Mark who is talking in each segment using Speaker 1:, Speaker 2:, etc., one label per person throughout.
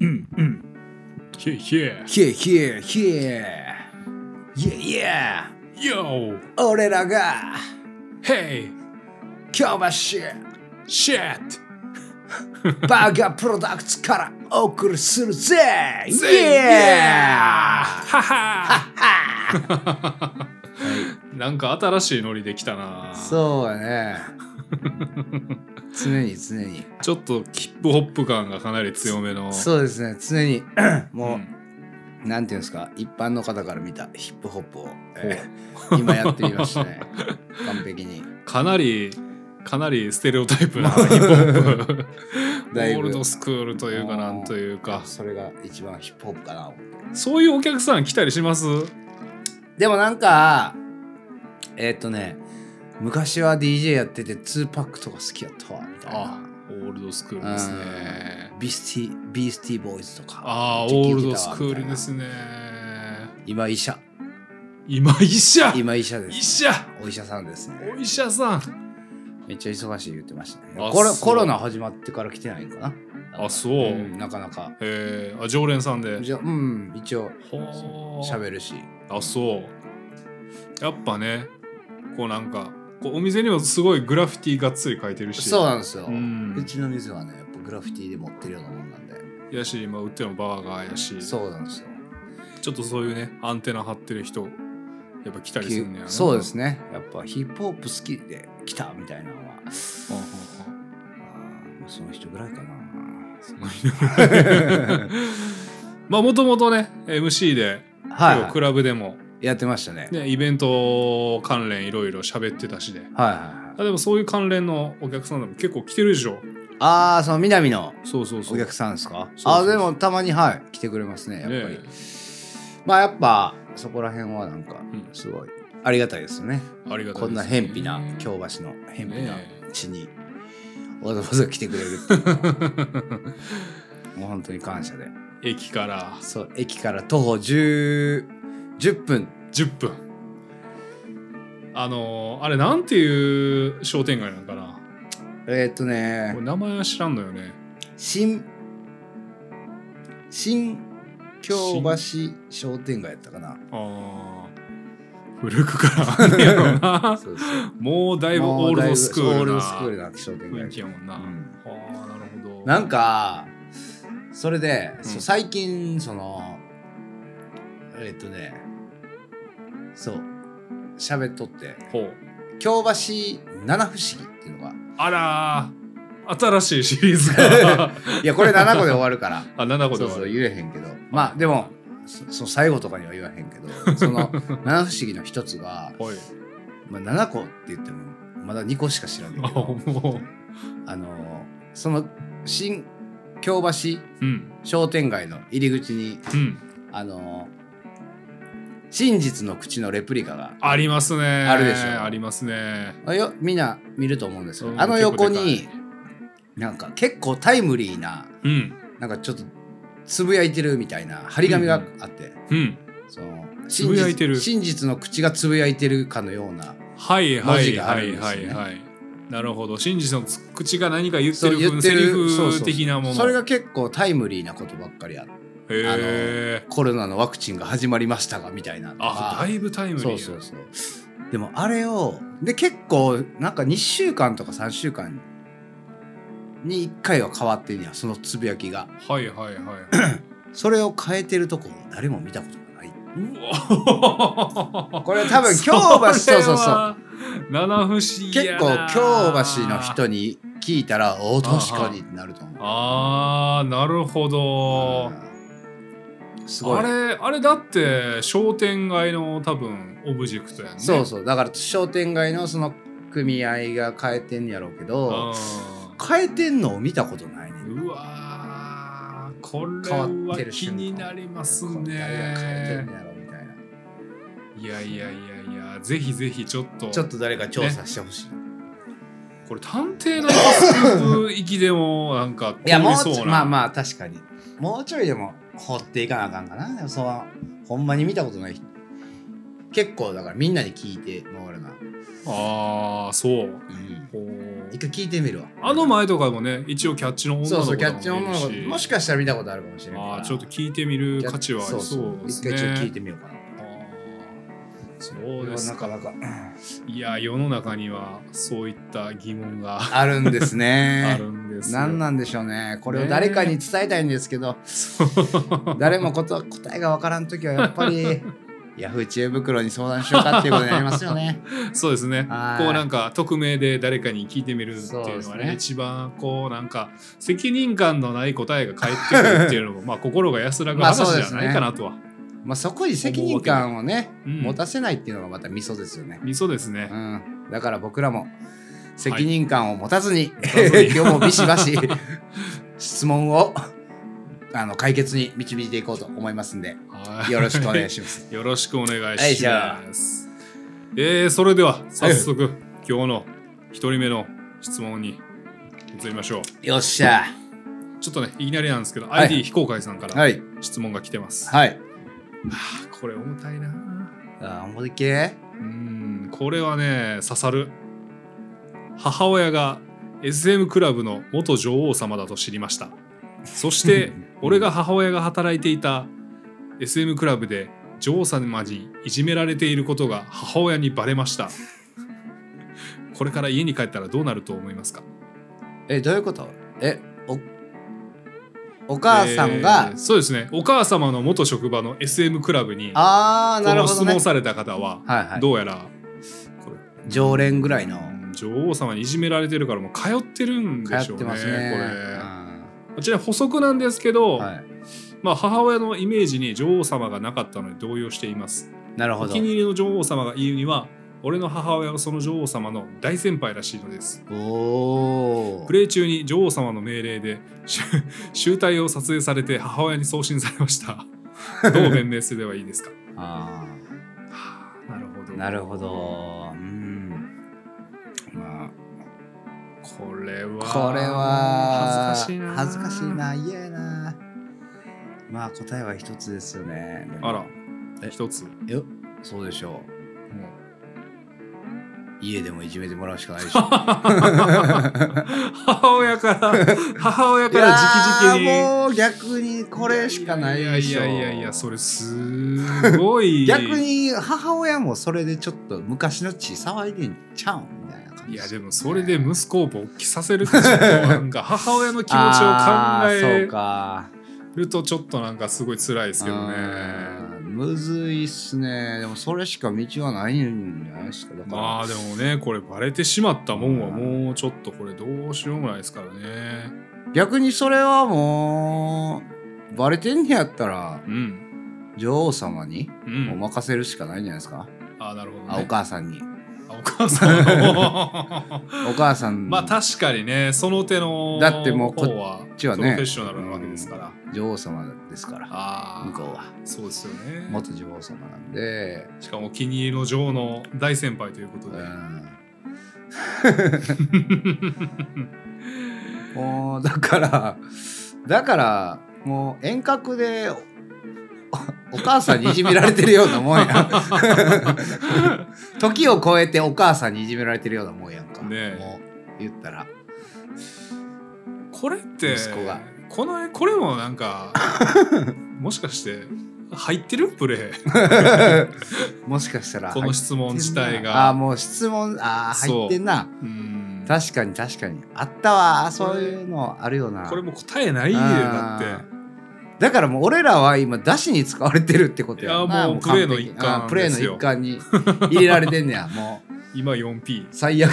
Speaker 1: うんうん。
Speaker 2: ヒェヒェ
Speaker 1: ヒエヒエヒエ。イエイエ。
Speaker 2: Yo!
Speaker 1: 俺らが
Speaker 2: Hey!
Speaker 1: 京橋。
Speaker 2: Shit!
Speaker 1: バーガープロダクツからお送りするぜイ
Speaker 2: は
Speaker 1: エー
Speaker 2: はなんか新しいノリできたな
Speaker 1: そうやね常に常 に
Speaker 2: ちょっとキップホップ感がかなり強めの
Speaker 1: そうですね常 に
Speaker 2: う
Speaker 1: も
Speaker 2: ん
Speaker 1: う、なんていうんですか一般の方から見たヒップホップを、えー今やってみ ましたね完璧に
Speaker 2: かなりかなりステレオタイプなヒップホッ プオ
Speaker 1: だいぶ
Speaker 2: ールドスクールというかなんというか
Speaker 1: それが一番ヒップホップかな
Speaker 2: そういうお客さん来たりします
Speaker 1: でもなんかえーっ、とね昔は DJ やってて2パックとか好きやったわみたいな
Speaker 2: オールドスクールですね
Speaker 1: ビスティ、ビースティーボーイズとか。
Speaker 2: ああー
Speaker 1: めっ
Speaker 2: オールド
Speaker 1: ちゃ聞いてた
Speaker 2: ス
Speaker 1: わ
Speaker 2: クールで。
Speaker 1: みたいな
Speaker 2: すね
Speaker 1: 今医者、
Speaker 2: 今医者
Speaker 1: 今医者で
Speaker 2: 医
Speaker 1: す。
Speaker 2: 者
Speaker 1: お医者さんですね
Speaker 2: お。医者さん
Speaker 1: めっちゃ忙しい言ってましたね。
Speaker 2: あ
Speaker 1: コロ
Speaker 2: そう
Speaker 1: コロナ始まってから来てないのかな。
Speaker 2: あそう、
Speaker 1: んなかなか。
Speaker 2: えー、あ常連さんで
Speaker 1: じゃうん、一応
Speaker 2: ほー
Speaker 1: 喋るし。
Speaker 2: あそうやっぱねこうなんかこうお店にもすごいグラフィティがっつり書いてるし
Speaker 1: そうなんですよ。
Speaker 2: うん
Speaker 1: うちの店はね、やっぱグラフィティで持ってるようなもんなんで。
Speaker 2: やし今売ってるのバーガーやし
Speaker 1: そうなんですよ。
Speaker 2: ちょっとそういうねアンテナ張ってる人やっぱ来たりするんだよね
Speaker 1: そうですね。やっぱヒップホップ好きで来たみたいなの
Speaker 2: ほ
Speaker 1: は、
Speaker 2: んほんほん
Speaker 1: あーその人ぐらいかな。
Speaker 2: すごいね まあもともとね MC で、
Speaker 1: はい
Speaker 2: 要はク
Speaker 1: は
Speaker 2: ラブでも、
Speaker 1: い。やってましたね。
Speaker 2: ね、イベント関連いろいろ喋ってたしで、
Speaker 1: はいはいはい。
Speaker 2: あでもそういう関連のお客さんでも結構来てるでしょ
Speaker 1: ああ、その南の
Speaker 2: そうそうそう
Speaker 1: お客さんですか
Speaker 2: そう
Speaker 1: あ
Speaker 2: そうそう
Speaker 1: でもたまにはい来てくれますねやっぱり、
Speaker 2: ね
Speaker 1: まあやっぱそこら辺はなんか
Speaker 2: ん
Speaker 1: すごいありがたいですよね、
Speaker 2: ありがたい
Speaker 1: こんな
Speaker 2: ですね
Speaker 1: 偏僻な京橋の偏僻な
Speaker 2: ね
Speaker 1: 地にわざわざ来てくれるっていうのはもう本当に感謝で
Speaker 2: 駅から
Speaker 1: そう駅から徒歩 10, 10分
Speaker 2: 10分あのーあれなんていう商店街なのかな
Speaker 1: えっ、とね
Speaker 2: 俺名前は知らんのよね
Speaker 1: 新新京橋商店街やったかな
Speaker 2: あー古くからあんねやろ な
Speaker 1: そうそう
Speaker 2: もうだいぶオールドスク
Speaker 1: も
Speaker 2: ー
Speaker 1: うだ
Speaker 2: ル
Speaker 1: いぶオール
Speaker 2: な
Speaker 1: ドスクールな商店
Speaker 2: 雰囲
Speaker 1: 街
Speaker 2: 気やもんな、
Speaker 1: うん
Speaker 2: あーなるほど
Speaker 1: なんかそれで、
Speaker 2: ん
Speaker 1: そう最近そのえっとねそう喋っとって
Speaker 2: ほう
Speaker 1: 京橋七不思議っていうのが
Speaker 2: あらー新しいシリーズ が
Speaker 1: いやこれ7個で終わるから
Speaker 2: あ7個で
Speaker 1: そ
Speaker 2: 終
Speaker 1: う
Speaker 2: わ
Speaker 1: そう
Speaker 2: る
Speaker 1: 言えへんけどまあでもそその最後とかには言わへんけどその七不思議の一つが、
Speaker 2: ほい
Speaker 1: まあ、7個って言ってもまだ2個しか知らんねん
Speaker 2: あ
Speaker 1: けど
Speaker 2: も
Speaker 1: あのその新京橋
Speaker 2: ううん
Speaker 1: 商店街の入り口に
Speaker 2: うん
Speaker 1: あの真実の口のレプリカが
Speaker 2: ありますね
Speaker 1: あるでしょ
Speaker 2: ありますね
Speaker 1: あよみんな見ると思うんですよ
Speaker 2: うん
Speaker 1: あの横
Speaker 2: 結
Speaker 1: になんか結構タイムリーな
Speaker 2: うん
Speaker 1: なんかちょっとつぶやいてるみたいな張り紙があって、
Speaker 2: うん
Speaker 1: その
Speaker 2: つぶやいてる
Speaker 1: 真実真実の口がつぶやいてるかのような
Speaker 2: はいは
Speaker 1: 文字
Speaker 2: い
Speaker 1: があ
Speaker 2: は
Speaker 1: る
Speaker 2: い
Speaker 1: んです
Speaker 2: は
Speaker 1: ね
Speaker 2: いはい。なるほど。真実の口が何か言って
Speaker 1: そう
Speaker 2: る
Speaker 1: 言
Speaker 2: 分
Speaker 1: って
Speaker 2: セリ
Speaker 1: るそう
Speaker 2: フ
Speaker 1: そう
Speaker 2: 的なもの。
Speaker 1: それが結構タイムリーなことばっかりあって
Speaker 2: へえ。
Speaker 1: コロナのワクチンが始まりましたがみたいなと
Speaker 2: あ
Speaker 1: か
Speaker 2: だいぶタイムリー
Speaker 1: そ
Speaker 2: な。
Speaker 1: うそうそうでもあれをで結構なんか2週間とか3週間に1回は変わってんやそのつぶやきが
Speaker 2: はいはいはい。
Speaker 1: それを変えてるとこ誰も見たことがないう
Speaker 2: わ。
Speaker 1: これ 多分 京橋そうそうそう
Speaker 2: う。七不思議
Speaker 1: 結
Speaker 2: や
Speaker 1: 構
Speaker 2: な
Speaker 1: 京橋の人に聞いたらおお確かにってなると思う
Speaker 2: あーなるほど。
Speaker 1: うんすごい
Speaker 2: あれあれだって商店街の多分オブジェクトやね。
Speaker 1: そう
Speaker 2: う。
Speaker 1: そうだから商店街のその組合が変えてんやろうけど変えてんのを見たことないねん
Speaker 2: うわーこれ
Speaker 1: 変わっ
Speaker 2: は
Speaker 1: てる
Speaker 2: 気
Speaker 1: 瞬間
Speaker 2: になります
Speaker 1: これ誰が変
Speaker 2: ね
Speaker 1: えてん。のやろみたい
Speaker 2: や
Speaker 1: ない
Speaker 2: いやいやいや、ぜひぜひちょっと、
Speaker 1: ちょっと誰か調査してほしい、
Speaker 2: これ探偵のスクープ行きでもなんか
Speaker 1: いや
Speaker 2: 通
Speaker 1: も
Speaker 2: り
Speaker 1: う
Speaker 2: そう
Speaker 1: ちょ
Speaker 2: な。
Speaker 1: まあまあ確かにもうちょいでも掘っていかなあかんかなでもそのほんまに見たことない人結構だからみんなに聞いて回るな、
Speaker 2: あーそう。
Speaker 1: うん
Speaker 2: ほう
Speaker 1: 一回聞いてみるわ
Speaker 2: あの前とかもね一応キャッチの女
Speaker 1: そう
Speaker 2: の
Speaker 1: そ
Speaker 2: 子
Speaker 1: うキャッチ
Speaker 2: と
Speaker 1: オ
Speaker 2: か
Speaker 1: ン
Speaker 2: も
Speaker 1: の
Speaker 2: い
Speaker 1: 子
Speaker 2: るし
Speaker 1: もしかしたら見たことあるかもしれないから
Speaker 2: あーちょっと聞いてみる価値はありそうですね
Speaker 1: 一回ちょっと聞いてみようかな
Speaker 2: あーそうです
Speaker 1: なか
Speaker 2: か
Speaker 1: なか
Speaker 2: いや世の中にはそういった疑問が
Speaker 1: あるんですね
Speaker 2: あるんですよ
Speaker 1: 何なんでしょうねこれを誰かに伝えたいんですけ ど、誰もこと答えがわからん時はやっぱり ヤフー知恵袋に相談しようかっていうことになりますよ ね
Speaker 2: そうですね
Speaker 1: はい
Speaker 2: こうなんか匿名で誰かに聞いてみるって
Speaker 1: そう
Speaker 2: いう
Speaker 1: で
Speaker 2: の
Speaker 1: す
Speaker 2: はね
Speaker 1: ね
Speaker 2: 一番こうなんか責任感のない答えが返ってくるっていうのも まあ心が安らぐ
Speaker 1: まあそう
Speaker 2: 話
Speaker 1: で
Speaker 2: じゃ
Speaker 1: すね
Speaker 2: ないかなとは、
Speaker 1: まあそこに責任感をね、
Speaker 2: うん
Speaker 1: 持たせないっていうのがまたミソですよね、
Speaker 2: みそですね
Speaker 1: う、ん、だから僕らも責任感を持たずに、
Speaker 2: たずに
Speaker 1: 今日もビシバシ質問をあの解決に導いていこうと思いますんで
Speaker 2: はい
Speaker 1: よろしくお願いします。
Speaker 2: よろしくお願い
Speaker 1: はい
Speaker 2: し
Speaker 1: じゃ
Speaker 2: ます。えー、それでは早速、今日の1人目の質問に移りましょう。
Speaker 1: よっしゃ
Speaker 2: ちょっとね、いきなりなんですけど、
Speaker 1: はい
Speaker 2: ID 非公開さんから
Speaker 1: はい
Speaker 2: 質問が来てます。
Speaker 1: はい。
Speaker 2: あーこれ重たいな。
Speaker 1: あ思いっきりね
Speaker 2: うーん、これはね、刺さる。母親が SM クラブの元女王様だと知りました。そ して、俺が母親が働いていた SM クラブで女王様にいじめられていることが母親にバレましたこれから家に帰ったらどうなると思いますか
Speaker 1: えどういうことえおお母さんが、
Speaker 2: えーそうですねお母様の元職場の SM クラブにこ
Speaker 1: ああなる
Speaker 2: の
Speaker 1: ほ
Speaker 2: 質
Speaker 1: どね
Speaker 2: 問。された方は
Speaker 1: はいはい。
Speaker 2: どうやらこれ
Speaker 1: 常連ぐらいの
Speaker 2: うん女王様にいじめられてるからもう通ってるんでし
Speaker 1: 通
Speaker 2: ょ
Speaker 1: っ
Speaker 2: う
Speaker 1: て
Speaker 2: ね
Speaker 1: ますね。
Speaker 2: これちなみに補足なんですけど、
Speaker 1: うんはい。
Speaker 2: まあ、母親のイメージに女王様がなかったので動揺しています
Speaker 1: なるほ
Speaker 2: お
Speaker 1: ど
Speaker 2: 気。に入りの女王様が言うには俺の母親はその女王様の大先輩らしいのです
Speaker 1: おお
Speaker 2: プ。レイ中に女王様の命令で集 集体を撮影されて母親に送信されました どう弁明すればいいですか
Speaker 1: あ
Speaker 2: はあなるほ
Speaker 1: あ
Speaker 2: ど
Speaker 1: なるほど。うん。まあ
Speaker 2: これは
Speaker 1: これは
Speaker 2: 恥ずかしいな
Speaker 1: 恥ずかしいな嫌やな。まあ答えは一つですよね。でも
Speaker 2: あら
Speaker 1: え
Speaker 2: 一つも
Speaker 1: よそうでしょ
Speaker 2: う
Speaker 1: う。家でもいじめてもらうしかないでしょ。
Speaker 2: 母親から母親
Speaker 1: い
Speaker 2: か
Speaker 1: や
Speaker 2: ら直々に
Speaker 1: ーもう逆にこれしかないでしょ
Speaker 2: いやいやいやいやそれすごい
Speaker 1: 逆に母親もそれでちょっと昔の血騒いでんちゃうんみたいな感じ
Speaker 2: いやでもそれで息子を勃起させるってちょっとなん か母親の気持ちを考
Speaker 1: あーそ
Speaker 2: え
Speaker 1: うか
Speaker 2: るとちょっとなんかすごい辛いですけどね
Speaker 1: あーむずいっすねでもそれしか道はないんじゃないですかだから、
Speaker 2: まあでもねこれバレてしまったもんはもうちょっとこれどうしようもないですからね
Speaker 1: 逆にそれはもうバレてんねやったら
Speaker 2: うん
Speaker 1: 女王様に
Speaker 2: う
Speaker 1: お
Speaker 2: ん
Speaker 1: 任せるしかないんじゃないですか、
Speaker 2: あーなるほど、ね、
Speaker 1: あお母さんに
Speaker 2: あお母さ ん
Speaker 1: お母さん
Speaker 2: まあ確かにねその手の
Speaker 1: だってもうこ
Speaker 2: 方は
Speaker 1: っちはね
Speaker 2: プロフェッショナルなわけですから、
Speaker 1: 女王様ですから
Speaker 2: ああ
Speaker 1: 向こうは
Speaker 2: そうですよね
Speaker 1: 元女王様なんで
Speaker 2: しかもお気に入りの女王の大先輩ということで、
Speaker 1: うんもうだからだからもう遠隔でおお母さんにいじめられてるようなもん や時を超えてお母さんにいじめられてるようなもんやんか、
Speaker 2: ねえ
Speaker 1: もう言ったら
Speaker 2: これって
Speaker 1: 息子が
Speaker 2: このこれもなんか もしかして入ってるプレイ
Speaker 1: もしかしたら
Speaker 2: この質問自体
Speaker 1: ああ
Speaker 2: が
Speaker 1: ーもう質問ああ
Speaker 2: そう
Speaker 1: 入ってんな
Speaker 2: うん
Speaker 1: 確かに確かにあったわ
Speaker 2: こ
Speaker 1: そう
Speaker 2: れ
Speaker 1: いうのあるよな
Speaker 2: これもう答えないよ
Speaker 1: あ
Speaker 2: だ
Speaker 1: ー
Speaker 2: って
Speaker 1: だからもう俺らは今出汁に使われてるってことや
Speaker 2: いやもう
Speaker 1: 完璧
Speaker 2: プレーの一環
Speaker 1: あープレー
Speaker 2: ですよ
Speaker 1: の一環に入れられてん ねやもう
Speaker 2: 今 4P
Speaker 1: 最悪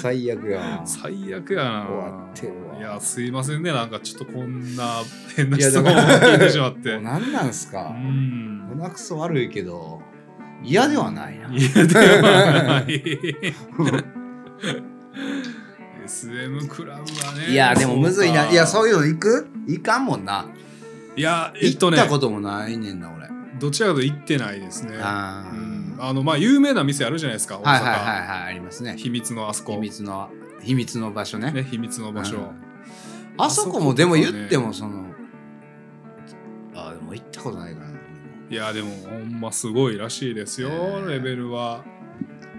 Speaker 1: 最悪や
Speaker 2: 最悪やな
Speaker 1: 終わってるわ
Speaker 2: いやすいませんねなんかちょっとこんな変ない
Speaker 1: や
Speaker 2: 質
Speaker 1: だ
Speaker 2: 問を
Speaker 1: から
Speaker 2: 聞いてしまって
Speaker 1: もう何なんす
Speaker 2: う
Speaker 1: か
Speaker 2: ん
Speaker 1: 胸くそ悪いけど嫌ではないない
Speaker 2: やではない SM クラブはね
Speaker 1: いやでもむずいないやそう
Speaker 2: いう
Speaker 1: いうの行く行かんもんない
Speaker 2: やえっ
Speaker 1: 行
Speaker 2: と
Speaker 1: っ
Speaker 2: ね
Speaker 1: たこともないねんな俺
Speaker 2: どちらかというと行ってないですね
Speaker 1: あ
Speaker 2: う
Speaker 1: ー
Speaker 2: んあのまあ有名な店あるじゃないですか大阪、
Speaker 1: はいはいはいはいありますね
Speaker 2: 秘密のあそこ
Speaker 1: 秘密の秘密の場所ね
Speaker 2: ね秘密の場所、
Speaker 1: うんあそこもでも言ってもその、あでも行ったことないからな俺も
Speaker 2: いやでもほんますごいらしいですよ、
Speaker 1: ねえ
Speaker 2: レベルは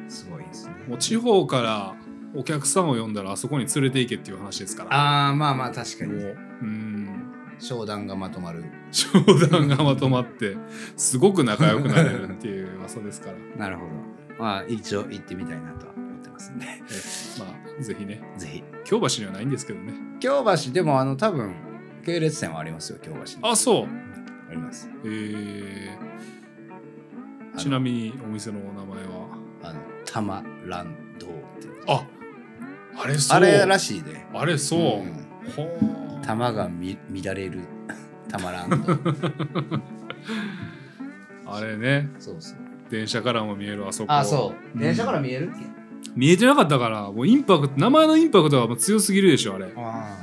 Speaker 1: すごいねですね
Speaker 2: もう地方からお客さんを呼んだらあそこに連れて行けっていう話ですから
Speaker 1: ああまあまあ確か
Speaker 2: も
Speaker 1: に
Speaker 2: ううん
Speaker 1: 商談がまとまる
Speaker 2: 商談がまとまってすごく仲良くなれるっていう噂ですから、
Speaker 1: なるほどまあ一応行ってみたいなとは思ってますんで
Speaker 2: ええまあぜひね
Speaker 1: ぜひ
Speaker 2: 京橋にはないんですけどね
Speaker 1: 京橋でもあの多分系列店はありますよ京橋に
Speaker 2: あそう
Speaker 1: あります
Speaker 2: えー、
Speaker 1: あの
Speaker 2: ちなみにお店のお名前は
Speaker 1: あのたまらん堂っていう
Speaker 2: ああれそう
Speaker 1: あれらしいで
Speaker 2: あれそう、
Speaker 1: ん
Speaker 2: ほー
Speaker 1: 玉がみ乱れるたまらん と
Speaker 2: あれね
Speaker 1: そうそう
Speaker 2: 電車からも見えるあそこ
Speaker 1: あそう
Speaker 2: うん
Speaker 1: 電車から見えるっけ、
Speaker 2: 見えてなかったからもうインパクト名前のインパクトがもう強すぎるでしょあれ
Speaker 1: あ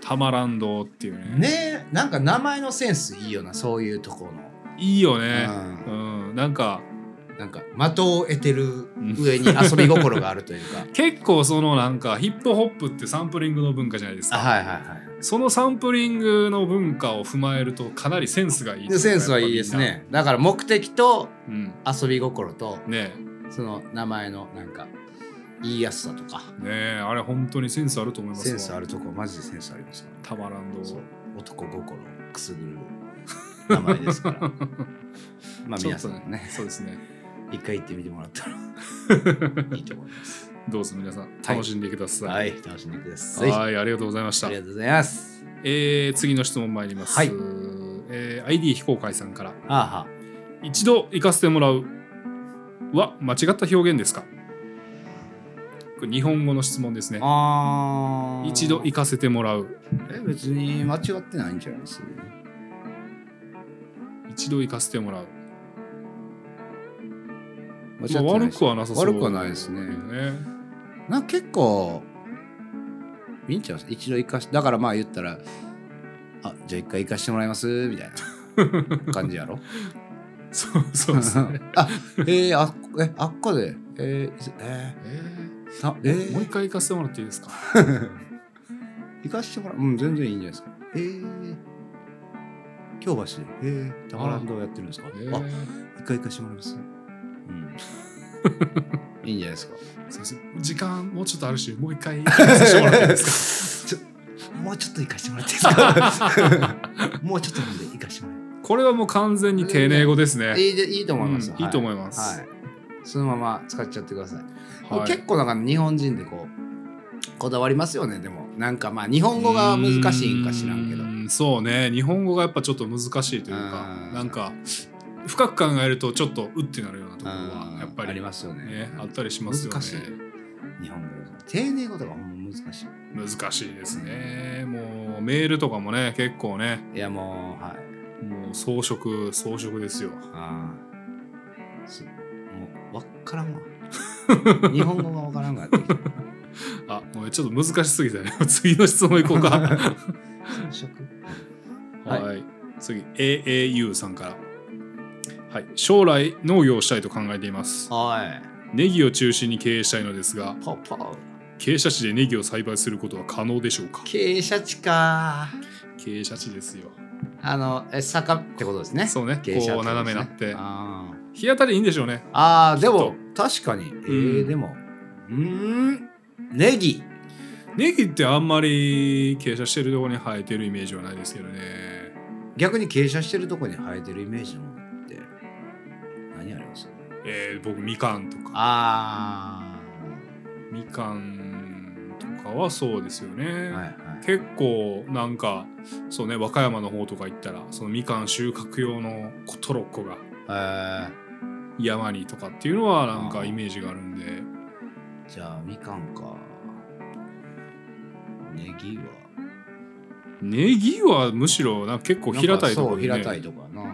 Speaker 2: たまらんどうっていう
Speaker 1: あ
Speaker 2: ね
Speaker 1: ねえなんか名前のセンスいいよなそういうところの、
Speaker 2: いいよね
Speaker 1: う
Speaker 2: うん、なんか
Speaker 1: ん、なんか的を得てる上に遊び心があると いうか
Speaker 2: 結構そのなんかヒップホップってサンプリングの文化じゃないです
Speaker 1: あ
Speaker 2: か
Speaker 1: はいはいはい
Speaker 2: そのサンプリングの文化を踏まえるとかなりセンスがいいという
Speaker 1: で
Speaker 2: か
Speaker 1: センスはいいです、ねだから目的と
Speaker 2: やっぱみんな
Speaker 1: 遊び心と
Speaker 2: うん、ね
Speaker 1: その名前のなんか言いやすさとか
Speaker 2: えねえあれ本当にセンスあると思います
Speaker 1: センスあ
Speaker 2: る
Speaker 1: るとこマジでセンスありますから
Speaker 2: たまらんどう
Speaker 1: そう男心をくすぐ る名前です からまあ
Speaker 2: ちょ
Speaker 1: 皆
Speaker 2: っと
Speaker 1: さんもね
Speaker 2: そうですね
Speaker 1: 一回行ってみてもらったら いいと思います。
Speaker 2: どうぞ皆さん楽しんでください、
Speaker 1: はい、楽しんでください。あ
Speaker 2: はいありがとうございました
Speaker 1: りがとうございます。
Speaker 2: えー次の質問参ります、
Speaker 1: はい
Speaker 2: えー ID 非公開さんから
Speaker 1: あ
Speaker 2: 一度行かせてもらうは間違った表現ですかこれ日本語の質問ですね
Speaker 1: ーはあー。
Speaker 2: 一度行かせてもらう
Speaker 1: え別に間違ってないんじゃないです
Speaker 2: 一度行かせてもらう、
Speaker 1: 間違って
Speaker 2: まあ、
Speaker 1: ない
Speaker 2: 悪
Speaker 1: です
Speaker 2: くはなさそう
Speaker 1: 悪くはないですねなんか結構いいんちゃう一度行かしだからまあ言ったら「あじゃあ一回行かしてもらいます」みたいな感じやろ。
Speaker 2: そう そうです ね、
Speaker 1: あえー、あえあっこでえー、え
Speaker 2: え
Speaker 1: ー、さえ
Speaker 2: ーもう一
Speaker 1: ー、
Speaker 2: 回行かせてもらっていいですか
Speaker 1: 行かしてもらううん全然いいんじゃないですか。えー京橋で、えー、ダマランドをやってるんですか。
Speaker 2: え
Speaker 1: あ、
Speaker 2: ー
Speaker 1: 一回行かしてもらいます。うん。いいんじゃない ですか。
Speaker 2: すいません時間もうちょっとあるしもう一回行かせてもらっていい ですか
Speaker 1: もうちょっと行かしてもらっていいです か。もうちょっとなんで行かしてもらっ
Speaker 2: これはもう完全に丁寧語ですね、
Speaker 1: て。いいでいいと思います。
Speaker 2: うんいいと
Speaker 1: い
Speaker 2: 思います、
Speaker 1: はい。そのまま使っちゃってください。
Speaker 2: はい
Speaker 1: 結構なんか日本人でこうこだわりますよね。でもなんかまあ日本語が難しいんか知らんけど
Speaker 2: う。ーんそうね日本語がやっぱちょっと難しいというか
Speaker 1: うん
Speaker 2: なんか深く考えるとちょっとうってなるようなところはやっぱ
Speaker 1: うんあ
Speaker 2: り
Speaker 1: りますよね
Speaker 2: ねあったりしますよね
Speaker 1: 難しい日本語丁寧語とかほんま難しい
Speaker 2: 難しいですねもうメールとかもね結構ね
Speaker 1: いやもうはい
Speaker 2: もう装飾装飾ですよ
Speaker 1: ああすもうわっから んわ日本語がわからんがってきた
Speaker 2: あもうちょっと難しすぎたね 次の質問いこうか
Speaker 1: 食
Speaker 2: は、
Speaker 1: はいい
Speaker 2: 次 AAU さんからはい将来農業をしたいと考えています
Speaker 1: は
Speaker 2: ネギを中心に経営したいのですが
Speaker 1: いパパ
Speaker 2: 傾斜地でネギを栽培することは可能でしょうか
Speaker 1: 傾斜地か
Speaker 2: 傾斜地ですよ
Speaker 1: あのえ坂ってことですね
Speaker 2: そうね
Speaker 1: 傾斜
Speaker 2: こう
Speaker 1: 地
Speaker 2: 斜めなっ
Speaker 1: です
Speaker 2: て
Speaker 1: あー
Speaker 2: 日当たりいいんでしょうね
Speaker 1: あーで
Speaker 2: ちょ
Speaker 1: も
Speaker 2: っ
Speaker 1: 確かに
Speaker 2: う
Speaker 1: え
Speaker 2: ん
Speaker 1: ー、でもうーんネギ
Speaker 2: ネギってあんまり傾斜してるところに生えてるイメージはないですけどね
Speaker 1: 逆に傾斜してるとこに生えてるイメージのものって何あります
Speaker 2: えー、僕みかんとか
Speaker 1: あ
Speaker 2: みかんとかはそうですよね、
Speaker 1: あはいはい
Speaker 2: 結構なんかそうね和歌山の方とか行ったらそのみかん収穫用のトロッコが
Speaker 1: えー
Speaker 2: 山にとかっていうのはなんかイメージがあるんで
Speaker 1: じゃあみかんかネギは
Speaker 2: ネギはむしろなんか結構平たいとこ
Speaker 1: なんか
Speaker 2: ろ
Speaker 1: そう
Speaker 2: に、ね、
Speaker 1: 平たいとかな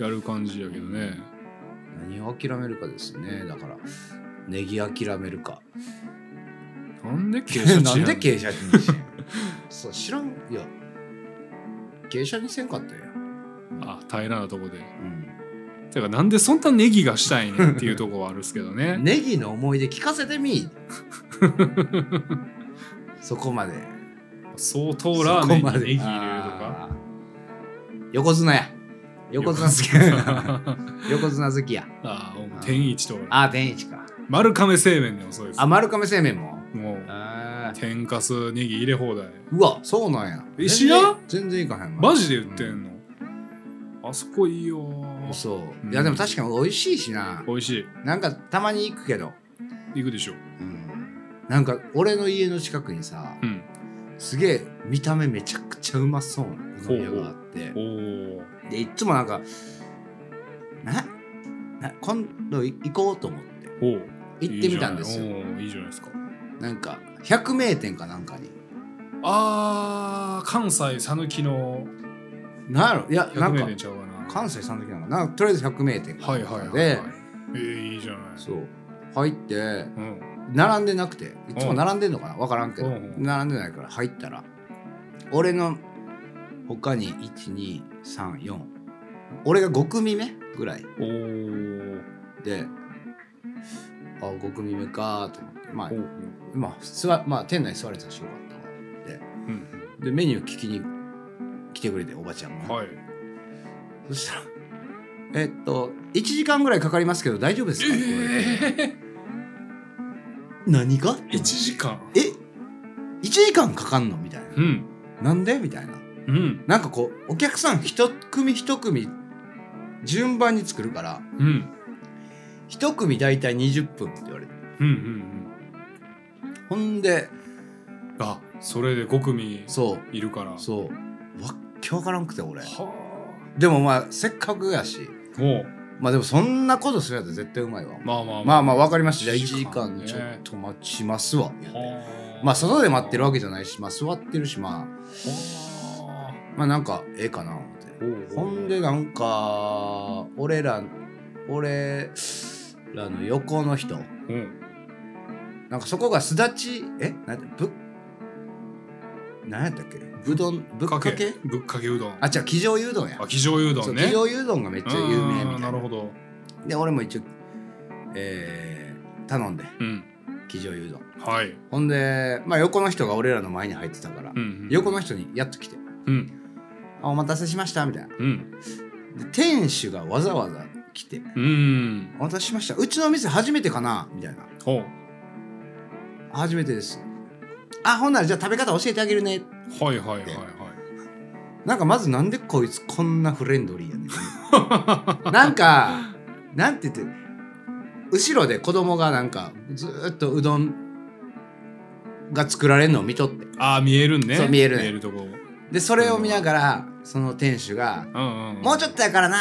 Speaker 2: やる感じやけどね、
Speaker 1: 何を諦めるかですねだからネギ諦め るか
Speaker 2: なんで傾斜地や
Speaker 1: なん
Speaker 2: の
Speaker 1: で傾斜地にしてんの そう知らんいや傾斜にせんかったよ、
Speaker 2: あ平らなとこで
Speaker 1: うん、
Speaker 2: てかなんでそんなネギがしたいねんっていうとこはあるっすけど ね
Speaker 1: ネギの思い出聞かせてみ そこまで
Speaker 2: 相当ラーメンにネギ入れるとか
Speaker 1: あー横綱や 横綱好き横綱好きや
Speaker 2: ああもう天一とか
Speaker 1: あー天一か
Speaker 2: 丸亀製麺でもそうです
Speaker 1: あ丸亀製麺も
Speaker 2: もう
Speaker 1: あー
Speaker 2: 天かすネギ入れ放題
Speaker 1: うわそうなんや
Speaker 2: え知らん
Speaker 1: 全然全然いかへん
Speaker 2: マジで売って
Speaker 1: うん
Speaker 2: の、あそこいいよ
Speaker 1: んそう、
Speaker 2: うん
Speaker 1: いやでも確かに美味しいしな
Speaker 2: 美味しい
Speaker 1: なんかたまに行くけど、
Speaker 2: 行くでしょ
Speaker 1: うん、なんか俺の家の近くにさ
Speaker 2: うん
Speaker 1: すげえ見た目めちゃくちゃうまそうなうどん屋があって
Speaker 2: おお
Speaker 1: でいっつもなんかなな今度行こうと思って
Speaker 2: おう
Speaker 1: 行ってみたんですよ
Speaker 2: いいじゃないおういいじゃないですか
Speaker 1: なんか百名店かなんかに
Speaker 2: あー関西讃岐の
Speaker 1: なんやろいやな
Speaker 2: 100
Speaker 1: ん
Speaker 2: 名
Speaker 1: か
Speaker 2: 店ちゃうかな
Speaker 1: 関西さんの時なのかななんかとりあえず百名店か
Speaker 2: は
Speaker 1: ないん
Speaker 2: はいはい、
Speaker 1: か
Speaker 2: はい
Speaker 1: で、
Speaker 2: えー、いいじゃない
Speaker 1: そう入って
Speaker 2: うん
Speaker 1: 並んでなくていつ
Speaker 2: う
Speaker 1: も
Speaker 2: ん
Speaker 1: 並んでんのかな分からんけど、
Speaker 2: うんうん
Speaker 1: 並んでないから入ったら俺の他に1234俺が5組目ぐらい
Speaker 2: おー
Speaker 1: であ5組目かと思ってまあ
Speaker 2: おう
Speaker 1: まあ座まあ、店内座れてたしよかったわって
Speaker 2: うん
Speaker 1: でメニュー聞きに来てくれておばちゃんも、
Speaker 2: はい
Speaker 1: そしたら「えっと1時間ぐらいかかりますけど大丈夫ですか?」って言われて
Speaker 2: え
Speaker 1: 何が
Speaker 2: ー、1時間
Speaker 1: え1時間かかんのみたいな
Speaker 2: うん
Speaker 1: なんでみたいな
Speaker 2: うん
Speaker 1: なんかこうお客さん一組一組順番に作るから
Speaker 2: うん
Speaker 1: 一組大体20分って言われて
Speaker 2: うんうんうん
Speaker 1: ほんで
Speaker 2: あそれで5組
Speaker 1: そう
Speaker 2: いるから
Speaker 1: そうわっけわからんくて俺
Speaker 2: は
Speaker 1: でもまあせっかくやし
Speaker 2: あもう
Speaker 1: まあでもそんなことするやつ絶対うまいわ
Speaker 2: まあまあ
Speaker 1: まあまあ
Speaker 2: わ
Speaker 1: わかりましたじゃあ1時間
Speaker 2: ね
Speaker 1: ちょっと待ちますわ言うて
Speaker 2: は
Speaker 1: まあ外で待ってるわ
Speaker 2: け
Speaker 1: けじゃないしまあ座ってるしまあ
Speaker 2: は
Speaker 1: まあなんかええかな思って
Speaker 2: あうう
Speaker 1: ほんでなんか俺ら俺らの横の人
Speaker 2: うん
Speaker 1: なんかそこがすだちえなんだぶなんやったっけぶどんぶっかけ
Speaker 2: ぶっかけうどん
Speaker 1: あ違う生醤油うどんや
Speaker 2: あ生醤油うど
Speaker 1: そうん
Speaker 2: ね
Speaker 1: 生醤油うどんがめっちゃ有名み
Speaker 2: う
Speaker 1: た
Speaker 2: ん
Speaker 1: い
Speaker 2: な
Speaker 1: な
Speaker 2: るほど
Speaker 1: で俺も一応えー頼んで
Speaker 2: うん
Speaker 1: 生醤油うどん
Speaker 2: はい
Speaker 1: ほんで、まあ、横の人が俺らの前に入ってたから、
Speaker 2: うんうん
Speaker 1: 横の人にやっと来て「
Speaker 2: うん
Speaker 1: あお待たせしました」みたいな
Speaker 2: うん
Speaker 1: で店主がわざわざ来て
Speaker 2: うん
Speaker 1: お待たせしました。うちの店初めてかなみたいな。
Speaker 2: ほう
Speaker 1: 初めてです。あ、ほんならじゃあ食べ方教えてあげるね。
Speaker 2: はいはいはいはい
Speaker 1: なんかまずなんでこいつこんなフレンドリーや ねん。なんか、なんて言って、後ろで子供がなんかずーっとうどんが作られるのを見とって。
Speaker 2: ああ見えるね
Speaker 1: そう見えるね
Speaker 2: 見えるとこ
Speaker 1: で、それを見ながら、その店主が、
Speaker 2: うんうん
Speaker 1: もうちょっとやからな。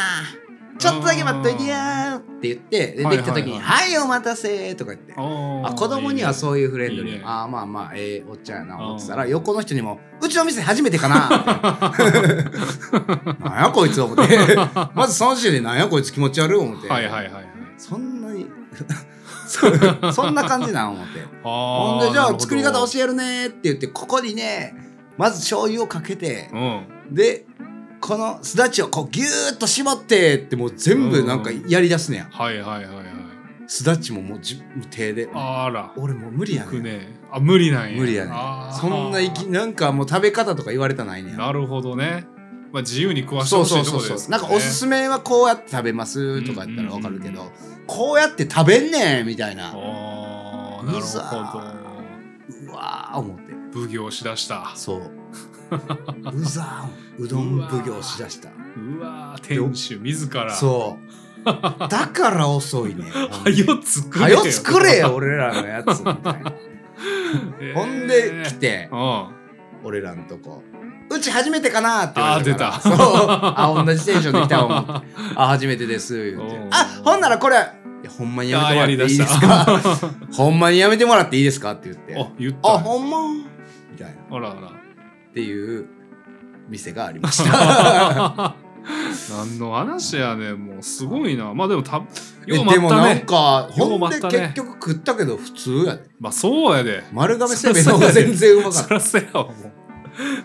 Speaker 1: ちょっとだけ待っといてやーって言って、で
Speaker 2: はいは
Speaker 1: でき
Speaker 2: い
Speaker 1: た
Speaker 2: はい
Speaker 1: 時に、はい、お待たせとか言って。あ
Speaker 2: あ
Speaker 1: 子供には
Speaker 2: う
Speaker 1: そういうフレンドリー
Speaker 2: いいね
Speaker 1: ああまあまあええおっちゃんやな
Speaker 2: うん
Speaker 1: 思ってたら横の人にも「うちの店初めてかな」 なんやこいつ思って まずその時点で「なんやこいつ気持ち悪い」思って、
Speaker 2: はいはいはいはい
Speaker 1: そんなに そそんな感じなん 思ってほんでじゃあ作り方
Speaker 2: え
Speaker 1: 教えるねって言ってここにねまず醤油をかけて
Speaker 2: うん
Speaker 1: でこのすだちをこうギューッと絞ってってもう全部なんかやりだすねや
Speaker 2: はいはいはいはい
Speaker 1: すだちももうじ手で
Speaker 2: あら
Speaker 1: 俺もう無理やね
Speaker 2: く
Speaker 1: ん
Speaker 2: ねあ無理なんや
Speaker 1: 無理やねん
Speaker 2: あー
Speaker 1: そんなきなんかもう食べ方とか言われたないねん
Speaker 2: なるほどねまあ自由に食わして
Speaker 1: そ
Speaker 2: ほ
Speaker 1: う
Speaker 2: しい
Speaker 1: そう
Speaker 2: と
Speaker 1: そ
Speaker 2: こ
Speaker 1: う
Speaker 2: です
Speaker 1: そうなんかおすすめはこうやって食べますとかやったらわかるけど、こうやって食べんねんみたいな
Speaker 2: あーなる
Speaker 1: うざ
Speaker 2: ほ
Speaker 1: うわー思って
Speaker 2: ど奉行しだした
Speaker 1: そう うざーうどん奉行しだした
Speaker 2: うわー店主自ら
Speaker 1: そうだから遅いね
Speaker 2: はよ作
Speaker 1: は
Speaker 2: れよ
Speaker 1: よ作れよ俺らのやつみたいな
Speaker 2: えー
Speaker 1: ほんで来て
Speaker 2: うんは
Speaker 1: 俺らのとこうち初めてかなって言われから
Speaker 2: あー
Speaker 1: そうあ同じテンションで来たわ思ってあ初めてです言うて
Speaker 2: おう
Speaker 1: あほんならこれいやほんまにやめてもらっていいです
Speaker 2: あーやり
Speaker 1: か ほんまにやめてもらっていいですかって言って
Speaker 2: あ言った
Speaker 1: あほんまみたいなっ
Speaker 2: あら あら
Speaker 1: ていう店がありました
Speaker 2: 何の話やねんもうすごいなまあでもた
Speaker 1: え
Speaker 2: よう
Speaker 1: で
Speaker 2: 待っ
Speaker 1: も
Speaker 2: た
Speaker 1: なん
Speaker 2: ね
Speaker 1: かほ
Speaker 2: ようん待
Speaker 1: で
Speaker 2: ったね
Speaker 1: 結局食ったけど普通やで
Speaker 2: まあそうやで
Speaker 1: 丸亀製麺の方が全然うまかっ
Speaker 2: そ
Speaker 1: た
Speaker 2: らせやわもう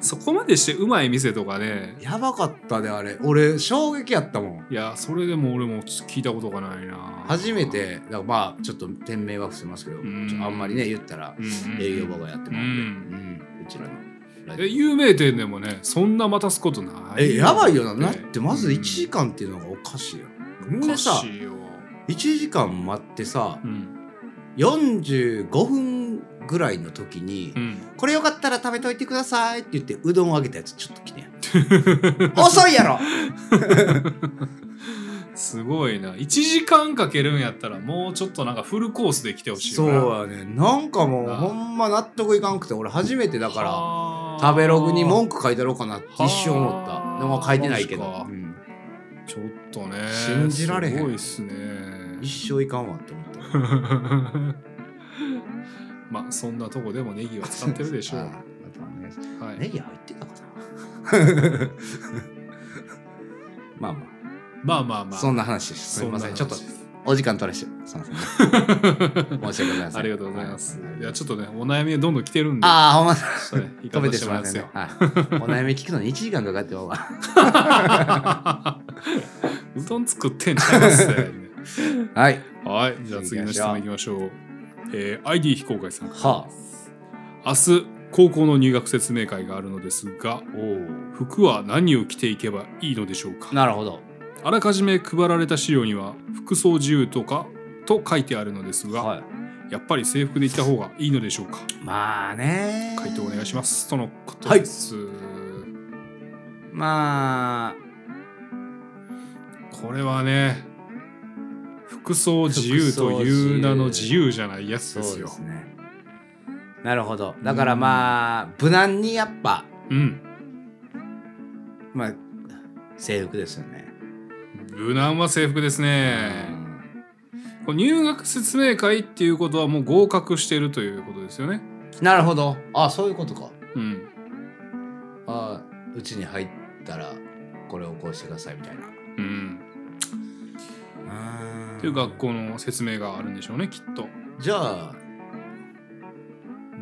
Speaker 2: そこまでしてうまい店とかね
Speaker 1: やばかったであれ俺衝撃やったもん
Speaker 2: いやそれでも俺も聞いたことがないな
Speaker 1: 初めてだからまあちょっと店名は伏せますけど
Speaker 2: ん
Speaker 1: ちょあんまりね言ったら
Speaker 2: うんうん
Speaker 1: 営業場がやってもらって、う
Speaker 2: うん
Speaker 1: うちらのラ
Speaker 2: え
Speaker 1: ジ
Speaker 2: 有名店でもねそんな待たすことな
Speaker 1: オ
Speaker 2: い
Speaker 1: えやばいよなだってまず1
Speaker 2: 一
Speaker 1: 時間っていうのがおかしいよ、ほん
Speaker 2: お
Speaker 1: で
Speaker 2: か
Speaker 1: さ
Speaker 2: しいよ
Speaker 1: 1時間待ってさ
Speaker 2: うん
Speaker 1: 45分ぐらいの時に、
Speaker 2: うん、
Speaker 1: これよかったら食べといてくださいって言ってうどんをあげたやつちょっと来てん 遅いやろ
Speaker 2: すごいな1時間かけるんやったらもうちょっとなんかフルコースで来てほしいよ
Speaker 1: そう
Speaker 2: な
Speaker 1: やねなんかもう
Speaker 2: なあ
Speaker 1: ほんま納得いかんくて俺初めてだから
Speaker 2: ら
Speaker 1: 食べログに文句書いてやろうかなって一瞬思った
Speaker 2: はあ
Speaker 1: でも書いてないけ
Speaker 2: マジ
Speaker 1: ど
Speaker 2: か、
Speaker 1: うん
Speaker 2: ちょっとね
Speaker 1: 信じられへん
Speaker 2: すごいっすね
Speaker 1: 一生いかんわって思った
Speaker 2: まあそんなとこでもネギは使ってるでしょう
Speaker 1: ああまたお願いします
Speaker 2: はい、
Speaker 1: ネギ入ってたか なまあ
Speaker 2: まあ
Speaker 1: ま
Speaker 2: まあ
Speaker 1: あ、
Speaker 2: まあ
Speaker 1: そんな話です。す
Speaker 2: そ
Speaker 1: み
Speaker 2: んな
Speaker 1: ません。ちょっと
Speaker 2: 話です
Speaker 1: お時間取らせて、すみ ませんね、申し訳ございません。
Speaker 2: ありがとうございます、、
Speaker 1: はい
Speaker 2: やちょっとねお悩みどんどん来てるんで
Speaker 1: ああ、ほんま
Speaker 2: ちょっとね行
Speaker 1: 止
Speaker 2: か
Speaker 1: め
Speaker 2: せ
Speaker 1: て
Speaker 2: て
Speaker 1: し
Speaker 2: も
Speaker 1: ま
Speaker 2: ら
Speaker 1: い
Speaker 2: います
Speaker 1: ま
Speaker 2: す
Speaker 1: よ
Speaker 2: よ。
Speaker 1: はいお悩み聞くのに1時間かかってもまあ
Speaker 2: うどん作ってんちゃいますね
Speaker 1: はい。
Speaker 2: はいじゃあ次の質問いきましょうえー ID 非公開さんから
Speaker 1: は
Speaker 2: 明日高校の入学説明会があるのですが
Speaker 1: あ。お
Speaker 2: 服は何を着ていけばいいのでしょうか
Speaker 1: なるほど。
Speaker 2: あらかじめ配られた資料には「服装自由」とかと書いてあるのですが、
Speaker 1: はい。
Speaker 2: やっぱり制服で行った方がいいのでしょうか
Speaker 1: まあね。
Speaker 2: 回答お願いし
Speaker 1: ま
Speaker 2: ますとのことです、
Speaker 1: す。まあ、
Speaker 2: これはね服装自由という名の自由じゃないやつ
Speaker 1: そ
Speaker 2: です
Speaker 1: うで
Speaker 2: よ
Speaker 1: すね。なるほど。だからまあ、無難にやっぱ、
Speaker 2: うん
Speaker 1: まあ、制服ですよね。
Speaker 2: 無難は制服ですね
Speaker 1: うん
Speaker 2: これ入学説明会っていうことはもう合格してるということですよね
Speaker 1: なるほど。あそういうことか。
Speaker 2: うん
Speaker 1: あうちに入ったら、これをこうしてくださいみたいな。
Speaker 2: うん
Speaker 1: うん
Speaker 2: という学校の説明があるんでしょうねきっと
Speaker 1: じゃあ、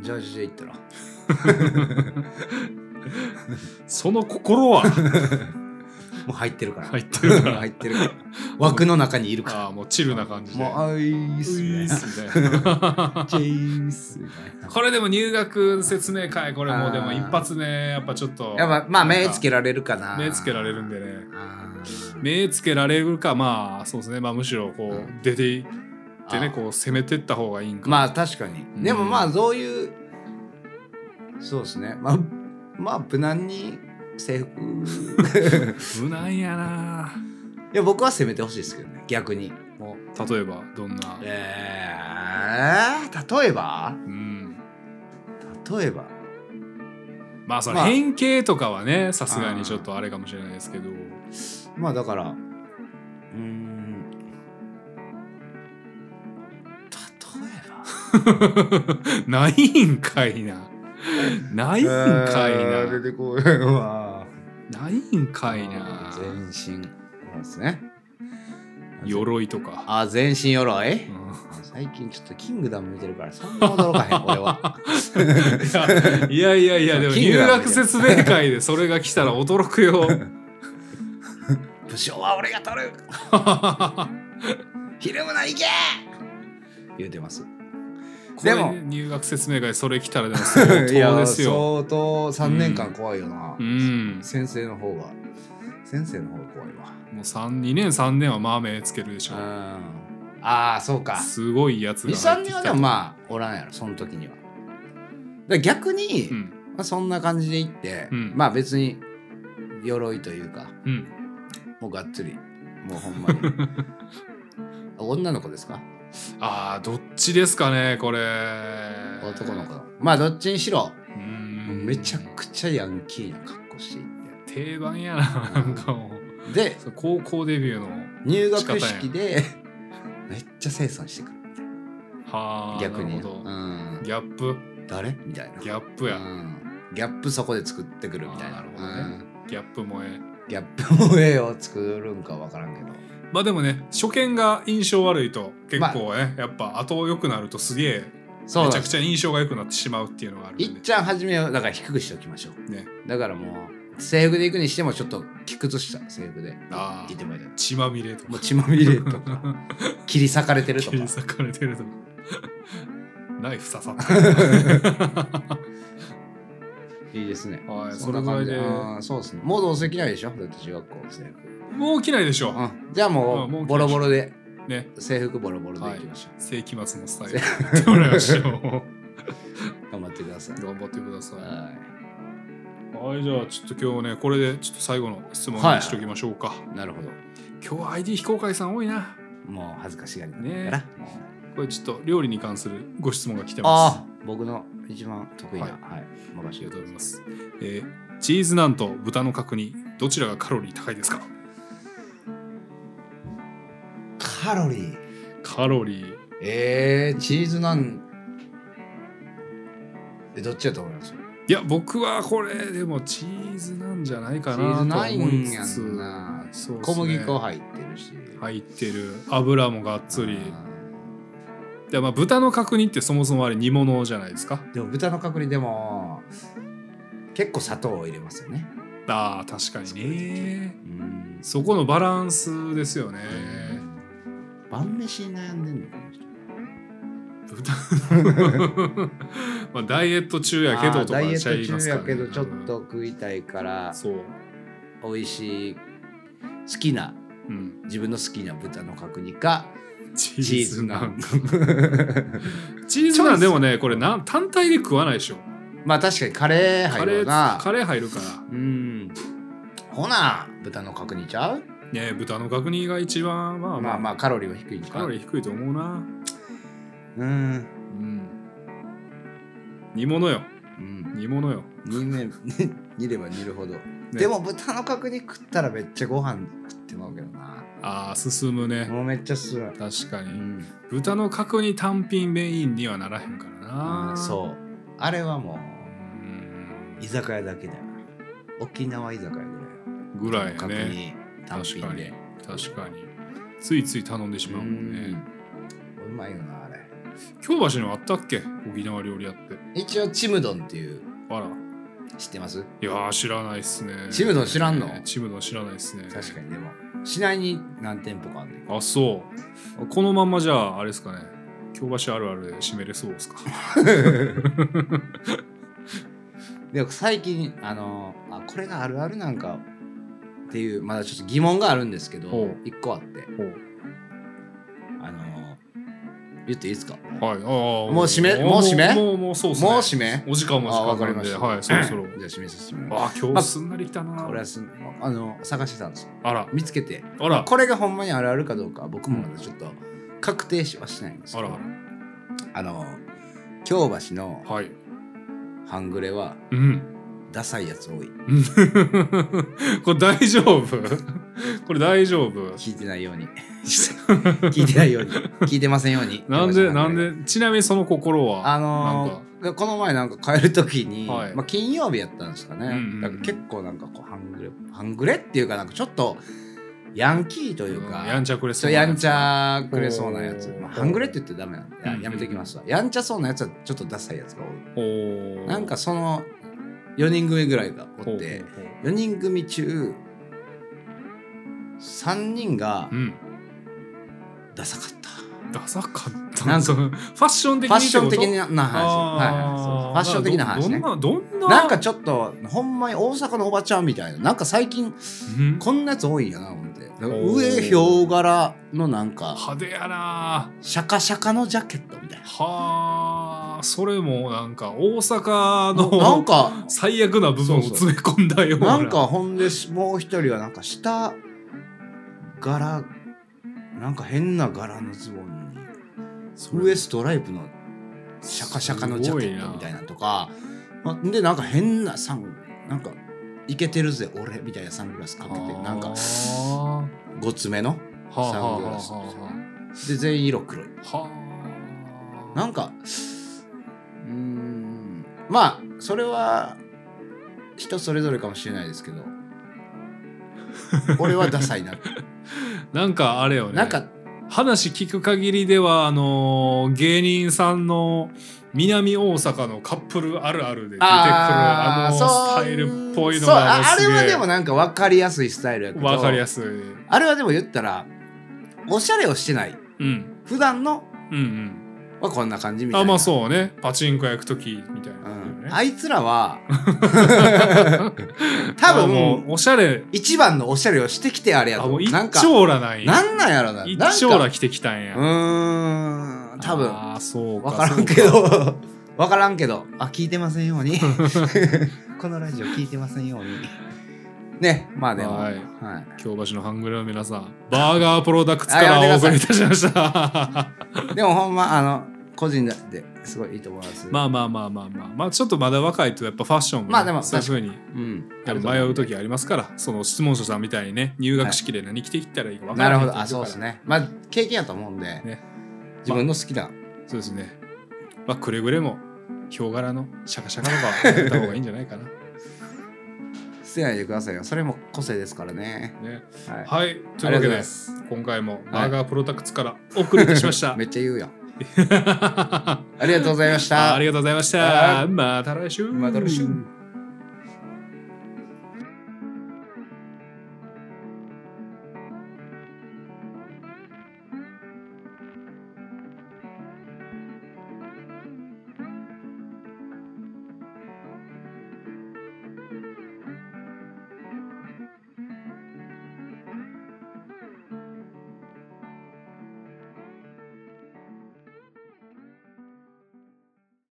Speaker 1: ジャージで行ったら。
Speaker 2: その心は
Speaker 1: もう入ってるから。
Speaker 2: 入ってるから
Speaker 1: 入ってるから。枠の中にいるか
Speaker 2: ああもうチルな感じ
Speaker 1: ら。
Speaker 2: で
Speaker 1: もう、あいっす
Speaker 2: うい
Speaker 1: ね
Speaker 2: っ。すね
Speaker 1: ジェイスみたいな。
Speaker 2: これでも入学説明会これもうで
Speaker 1: あ
Speaker 2: も
Speaker 1: ー
Speaker 2: 一発ねやっぱちょっと
Speaker 1: やっぱ、まあ、目
Speaker 2: なんか
Speaker 1: つけられるかな。
Speaker 2: 目つけられるんでね
Speaker 1: あー。
Speaker 2: 目つけられるかまあそうですねまあむしろこ
Speaker 1: う
Speaker 2: う出ていってね
Speaker 1: あ
Speaker 2: こう攻めてった方がいいんか
Speaker 1: まあ、確かに。
Speaker 2: ん
Speaker 1: でも、まあ、そういう、そうですね。まあ、まあ、無難に制服。
Speaker 2: 無難やない
Speaker 1: や、僕は攻め てほしいですけどね、逆に。もう
Speaker 2: 例えばどんな
Speaker 1: えー、例えば
Speaker 2: うん
Speaker 1: 例えば
Speaker 2: まあその
Speaker 1: まあ
Speaker 2: 変形とかはねさすがにちょっとあれかもしれないですけど
Speaker 1: まあだからうーん例
Speaker 2: ないんかい な。ないん
Speaker 1: えば
Speaker 2: かい
Speaker 1: えー
Speaker 2: な。
Speaker 1: 出てこないわ
Speaker 2: ないんかいな。
Speaker 1: 全身そうですね
Speaker 2: 鎧とか。
Speaker 1: あ全身鎧、
Speaker 2: うん
Speaker 1: 最近ちょっとキングダム見てるからそんな驚かへ ん俺は
Speaker 2: いやいや いや、でも
Speaker 1: キン
Speaker 2: 入
Speaker 1: グダム
Speaker 2: 学説明会でそれが来たら驚くよ。
Speaker 1: 武将は俺が取る ひるむな行け言うてます
Speaker 2: こ
Speaker 1: で
Speaker 2: れ
Speaker 1: も
Speaker 2: 入学説明会それ来たらでも相
Speaker 1: いや
Speaker 2: 当ですよ。
Speaker 1: 相当3年間怖いよな、
Speaker 2: うん。
Speaker 1: 先生の方が先生の方が怖いわ
Speaker 2: もう三2年3年はまあ目つけるでしょ。
Speaker 1: うんああそうか
Speaker 2: すごいやつが入
Speaker 1: 23
Speaker 2: って
Speaker 1: 年
Speaker 2: きた
Speaker 1: は
Speaker 2: と。
Speaker 1: でもまあおらんやろその時にはだから逆に、
Speaker 2: うん。
Speaker 1: まあ、そんな感じで行って、
Speaker 2: うん
Speaker 1: まあ別に鎧というか
Speaker 2: うん。
Speaker 1: もうがっつりもうほんまに 女の子ですか
Speaker 2: ああ、どっちですかね、これ。
Speaker 1: 男の子のまあどっちにしろ
Speaker 2: うん。
Speaker 1: めちゃくちゃヤンキーな格好していっ
Speaker 2: 定番やな、なんかもう。
Speaker 1: てで
Speaker 2: そう高校デビューの
Speaker 1: 入学式でめっちゃ清算してくる
Speaker 2: はあ
Speaker 1: 逆に
Speaker 2: なるほど
Speaker 1: うん、
Speaker 2: ギャップ
Speaker 1: 誰みたいな
Speaker 2: ギャップや、
Speaker 1: うんギャップそこで作ってくるみたいな
Speaker 2: あーなるほどねギャップ萌え
Speaker 1: うんギャップ萌えを作るんか分からんけど
Speaker 2: まあでもね初見が印象悪いと結構ね、やっぱ後良くなるとすげえ
Speaker 1: そう
Speaker 2: め
Speaker 1: な
Speaker 2: ち
Speaker 1: ん
Speaker 2: ゃ
Speaker 1: で
Speaker 2: く
Speaker 1: す
Speaker 2: ちゃ印象が良くなってしまうっていうのがあるんで
Speaker 1: いっちゃん初めはだから低くしておきましょう
Speaker 2: ね
Speaker 1: だからもう制服で行くにしてもちょっと着崩した制服で
Speaker 2: あ
Speaker 1: 行って
Speaker 2: あ
Speaker 1: もらいたい
Speaker 2: 血まみれと
Speaker 1: もう
Speaker 2: か
Speaker 1: 血まみれとか 切り裂かれてると
Speaker 2: 切
Speaker 1: か
Speaker 2: り裂かれて るとかナイフ刺さった
Speaker 1: いいですね
Speaker 2: はい
Speaker 1: んな感じ
Speaker 2: それぐらいで
Speaker 1: うんそうですねもうどうせ着ないでしょだって中学校の制服
Speaker 2: もう来ないでしょ
Speaker 1: うんじゃあも
Speaker 2: うんもう
Speaker 1: う
Speaker 2: 着
Speaker 1: ボロボロで
Speaker 2: ね
Speaker 1: 制服ボロボロでいきましょ
Speaker 2: 世紀末のスタイルでやってもらいましょう
Speaker 1: う、頑張ってください
Speaker 2: 頑張ってください
Speaker 1: は
Speaker 2: はいじゃあちょっと今日ねこれでちょっと最後の質問にしときましょうか、
Speaker 1: いなるほど
Speaker 2: 今日は ID 非公開さん多いな
Speaker 1: もう恥ずかしがりなん
Speaker 2: ね
Speaker 1: だから、もう
Speaker 2: これちょっと料理に関するご質問が来てます
Speaker 1: ああ僕の一番得意な
Speaker 2: は
Speaker 1: はいい、任
Speaker 2: あ
Speaker 1: せ
Speaker 2: り
Speaker 1: て
Speaker 2: がとうご
Speaker 1: くだ
Speaker 2: ざい
Speaker 1: さ
Speaker 2: ます、えーチーズナンと豚の角煮どちらがカロリー高いですか
Speaker 1: いカロリー
Speaker 2: カロリー
Speaker 1: えー、チーズなんえどっちやと思います
Speaker 2: いや僕はこれでもチーズなんじゃないかな
Speaker 1: チ
Speaker 2: とは
Speaker 1: ーズ
Speaker 2: 思
Speaker 1: ない
Speaker 2: い
Speaker 1: ん
Speaker 2: つ
Speaker 1: や
Speaker 2: つ
Speaker 1: んな
Speaker 2: そうっすね
Speaker 1: 小麦粉入ってるし
Speaker 2: 入ってる油もがっつり
Speaker 1: あ
Speaker 2: でまあ豚の角煮ってそもそもあれ煮物じゃないですか
Speaker 1: ーでも豚の角煮でも結構砂糖を入れますよね
Speaker 2: あー確かにね
Speaker 1: うん
Speaker 2: そこのバランスですよね
Speaker 1: 晩飯に悩んでんのかな
Speaker 2: 豚 まあダイエット中やけど
Speaker 1: あー
Speaker 2: と
Speaker 1: ダイエ
Speaker 2: か
Speaker 1: ッ
Speaker 2: ちゃい
Speaker 1: ト
Speaker 2: ま
Speaker 1: 中
Speaker 2: すか
Speaker 1: や
Speaker 2: ら、ね、
Speaker 1: けどちょっと食いたいから
Speaker 2: そう、
Speaker 1: 美味しい好きな
Speaker 2: うん、
Speaker 1: 自分の好きな豚の角煮か
Speaker 2: チ
Speaker 1: チーズナ
Speaker 2: な
Speaker 1: ン
Speaker 2: チーズナンでもねこれな単体で食わないでしょ
Speaker 1: まあ確かにカレー
Speaker 2: カ
Speaker 1: 入る
Speaker 2: レ
Speaker 1: よ
Speaker 2: ー
Speaker 1: な
Speaker 2: カレー入るから
Speaker 1: うんほな豚の角煮ちゃう
Speaker 2: ね豚の角煮が一番まあま
Speaker 1: ま
Speaker 2: あ、
Speaker 1: あまあカロリーは低いんち
Speaker 2: カ
Speaker 1: ゃ
Speaker 2: ロ
Speaker 1: う
Speaker 2: リー低いと思うなう
Speaker 1: うん
Speaker 2: ん煮物よ
Speaker 1: うん
Speaker 2: 煮物よ、
Speaker 1: 煮め 煮れば煮るほど、
Speaker 2: ね
Speaker 1: でも豚の角煮食ったらめっちゃご飯食ってまうけどな
Speaker 2: あー進むね、
Speaker 1: もうめっちゃする
Speaker 2: 確か
Speaker 1: う
Speaker 2: に
Speaker 1: ん
Speaker 2: 豚の角煮単品メインにはならへんからな
Speaker 1: あそうあれはも
Speaker 2: う
Speaker 1: うん居酒屋だけだよ沖縄居酒屋ぐらいよ
Speaker 2: ぐらいや
Speaker 1: 角
Speaker 2: ね
Speaker 1: 煮単
Speaker 2: 確か
Speaker 1: 品
Speaker 2: に
Speaker 1: で
Speaker 2: 確かについつい頼んでしまうもん
Speaker 1: う
Speaker 2: ね
Speaker 1: んうまいよなあれ
Speaker 2: 京橋にはあったっけ沖縄料理屋って
Speaker 1: 一応チムドンっていう
Speaker 2: あら
Speaker 1: 知ってます
Speaker 2: いやー知らないっすね
Speaker 1: チムドン知らんの
Speaker 2: チムドン知らないっすね
Speaker 1: 確かにでも市内に何店舗かあんねん
Speaker 2: あそうこのまんまじゃああれですかね京橋あるあるで締めれそうですか
Speaker 1: で最近あのあこれがあるあるなんかっていうまだちょっと疑問があるんですけど
Speaker 2: ほう
Speaker 1: 一個あって
Speaker 2: ほ
Speaker 1: あの言っていいですか
Speaker 2: うはいああも
Speaker 1: う締めもう締め
Speaker 2: もうもうそうっすね
Speaker 1: もう締め
Speaker 2: お時間も時
Speaker 1: あわ
Speaker 2: 間
Speaker 1: かり
Speaker 2: なん
Speaker 1: まし
Speaker 2: で
Speaker 1: た
Speaker 2: はいそろそろ
Speaker 1: じゃあ締めさせてもらいま
Speaker 2: あー今日すんなりきたな
Speaker 1: すこれはすあの探してたんですよ
Speaker 2: あら
Speaker 1: 見つけて
Speaker 2: あら
Speaker 1: これがほんまにあるあるかどうかは僕もまだちょっと確定しはしないんです
Speaker 2: あ
Speaker 1: けど
Speaker 2: らあ
Speaker 1: あの京橋の
Speaker 2: らはい
Speaker 1: 半グレは
Speaker 2: うん
Speaker 1: ダサいやつ多い
Speaker 2: これ大丈夫 これ大丈 夫
Speaker 1: 聞いてないよ うに聞いてないように聞いてませんように
Speaker 2: なんでな
Speaker 1: 京橋の半グレ
Speaker 2: んでちなみにその心は
Speaker 1: あのーこの前なんか帰る時に、
Speaker 2: はい
Speaker 1: まあ、金曜日やったんですかね、
Speaker 2: うんうんうん
Speaker 1: だから結構なんかこう半グレ半グレっていうかなんかちょっとヤンキーというか、
Speaker 2: うんやんちゃくれ
Speaker 1: ち
Speaker 2: そ
Speaker 1: ょ
Speaker 2: う
Speaker 1: っと
Speaker 2: な
Speaker 1: や
Speaker 2: や
Speaker 1: ん
Speaker 2: つ
Speaker 1: ちゃくれそうなやつ、
Speaker 2: おー
Speaker 1: まあ、半グレって言ってダメなんで、いや
Speaker 2: うんうん
Speaker 1: やめてきますわやんちゃそうなやつはちょっとダサいやつが多
Speaker 2: お
Speaker 1: い、
Speaker 2: ー
Speaker 1: なんかその4人組ぐらいが
Speaker 2: ほう
Speaker 1: おっ
Speaker 2: ほ
Speaker 1: て
Speaker 2: うほう
Speaker 1: 4人組中3人が
Speaker 2: うん
Speaker 1: ダサかった。
Speaker 2: ダサかった
Speaker 1: なんか
Speaker 2: そのファッション的
Speaker 1: フ
Speaker 2: にっ
Speaker 1: ァッ
Speaker 2: て
Speaker 1: ション的
Speaker 2: こ
Speaker 1: な話、
Speaker 2: と
Speaker 1: はいはいそうそうファッション的な話
Speaker 2: ど
Speaker 1: ね
Speaker 2: どんなどんな
Speaker 1: なんかちょっとほんまに大阪のおばちゃんみたいななんか最近
Speaker 2: うん
Speaker 1: こんなやつ多いんやな思ってだから
Speaker 2: おー
Speaker 1: 上ヒョウ柄のなんか
Speaker 2: 派手やな
Speaker 1: シャカシャカのジャケットみた いな
Speaker 2: はあそれもなんか大阪の
Speaker 1: なんか
Speaker 2: 最悪な部分を
Speaker 1: そうそう
Speaker 2: 詰め込んだような
Speaker 1: なんかほんでもう一人はなんか下柄なんか変な柄のズボン
Speaker 2: そ
Speaker 1: に
Speaker 2: れ
Speaker 1: 上ストライプのシャカシャカのジャケットみたいなのとかまでなんか変なサンなんかイケてるぜ俺みたいなサングラスかけてなんか
Speaker 2: はあは
Speaker 1: ごつめの
Speaker 2: あはあ
Speaker 1: サング
Speaker 2: は
Speaker 1: ラス
Speaker 2: あは
Speaker 1: で全員色黒い
Speaker 2: あはあ
Speaker 1: なんかうーんまあそれは人それぞれかもしれないですけど俺はダサいな、
Speaker 2: なんかあれよね
Speaker 1: なんか
Speaker 2: 話聞く限りではあのー芸人さんの南大阪のカップルあるあるで出てくるあ
Speaker 1: ー
Speaker 2: の
Speaker 1: そう
Speaker 2: スタイルっぽいの
Speaker 1: そう
Speaker 2: が
Speaker 1: あ
Speaker 2: もう
Speaker 1: あれ
Speaker 2: すげえ
Speaker 1: はでもなんか分かりやすいスタイルやけど
Speaker 2: わかりや
Speaker 1: すい
Speaker 2: すい、うん、
Speaker 1: あれはでも言ったらおしゃれをしてない
Speaker 2: うん
Speaker 1: 普段の
Speaker 2: うん
Speaker 1: はこんな感じみたい
Speaker 2: あ
Speaker 1: な
Speaker 2: まあそうねパチンコ焼く時みたいな、
Speaker 1: うん
Speaker 2: ね
Speaker 1: あいつら は多
Speaker 2: 多分も
Speaker 1: 分
Speaker 2: うおしゃれ
Speaker 1: 一番のおしゃれをしてきてあれや
Speaker 2: あ
Speaker 1: と
Speaker 2: も
Speaker 1: 思
Speaker 2: う
Speaker 1: う
Speaker 2: 一
Speaker 1: なんか
Speaker 2: 丁羅なんや
Speaker 1: なんなんやろななん
Speaker 2: 一
Speaker 1: か
Speaker 2: 丁羅着てきたんや
Speaker 1: うーん多分
Speaker 2: あーそうか
Speaker 1: 分からんけ ど分からんけどあ聞いてませんように このラジオ聞いてませんようにねまあでも、
Speaker 2: は
Speaker 1: はいい
Speaker 2: 京橋のハングルの皆さんバーガープロダクツから
Speaker 1: あや
Speaker 2: お
Speaker 1: めてくださ
Speaker 2: 送
Speaker 1: い
Speaker 2: りいたしました
Speaker 1: でもほんまあの個人ですごいいいと思います
Speaker 2: まあまあまあまあまあまあちょっとまだ若いとやっぱファッションも、ね
Speaker 1: まあでも
Speaker 2: そういうふうに
Speaker 1: うん
Speaker 2: やっぱ迷う時ありますからその質問者さんみたいにね入学式で何着てきたらいいか分か
Speaker 1: な
Speaker 2: らない
Speaker 1: るほどあそうですねまあ経験やと思うんで、
Speaker 2: ね
Speaker 1: 自分の好きな
Speaker 2: そうですねまあくれぐれもヒョウ柄のシャカシャカと かやった方がいいんじゃないかな
Speaker 1: 捨てないでくださいよそれも個性ですからね
Speaker 2: ね
Speaker 1: はい
Speaker 2: はいという
Speaker 1: あり
Speaker 2: わ
Speaker 1: がと
Speaker 2: け
Speaker 1: うござい
Speaker 2: で
Speaker 1: ます
Speaker 2: 今回もバーガープロダクツからお送りいたしました
Speaker 1: めっちゃ言うよ
Speaker 2: あ
Speaker 1: ありがとうございました
Speaker 2: りがとうございましたまた来週
Speaker 1: また来週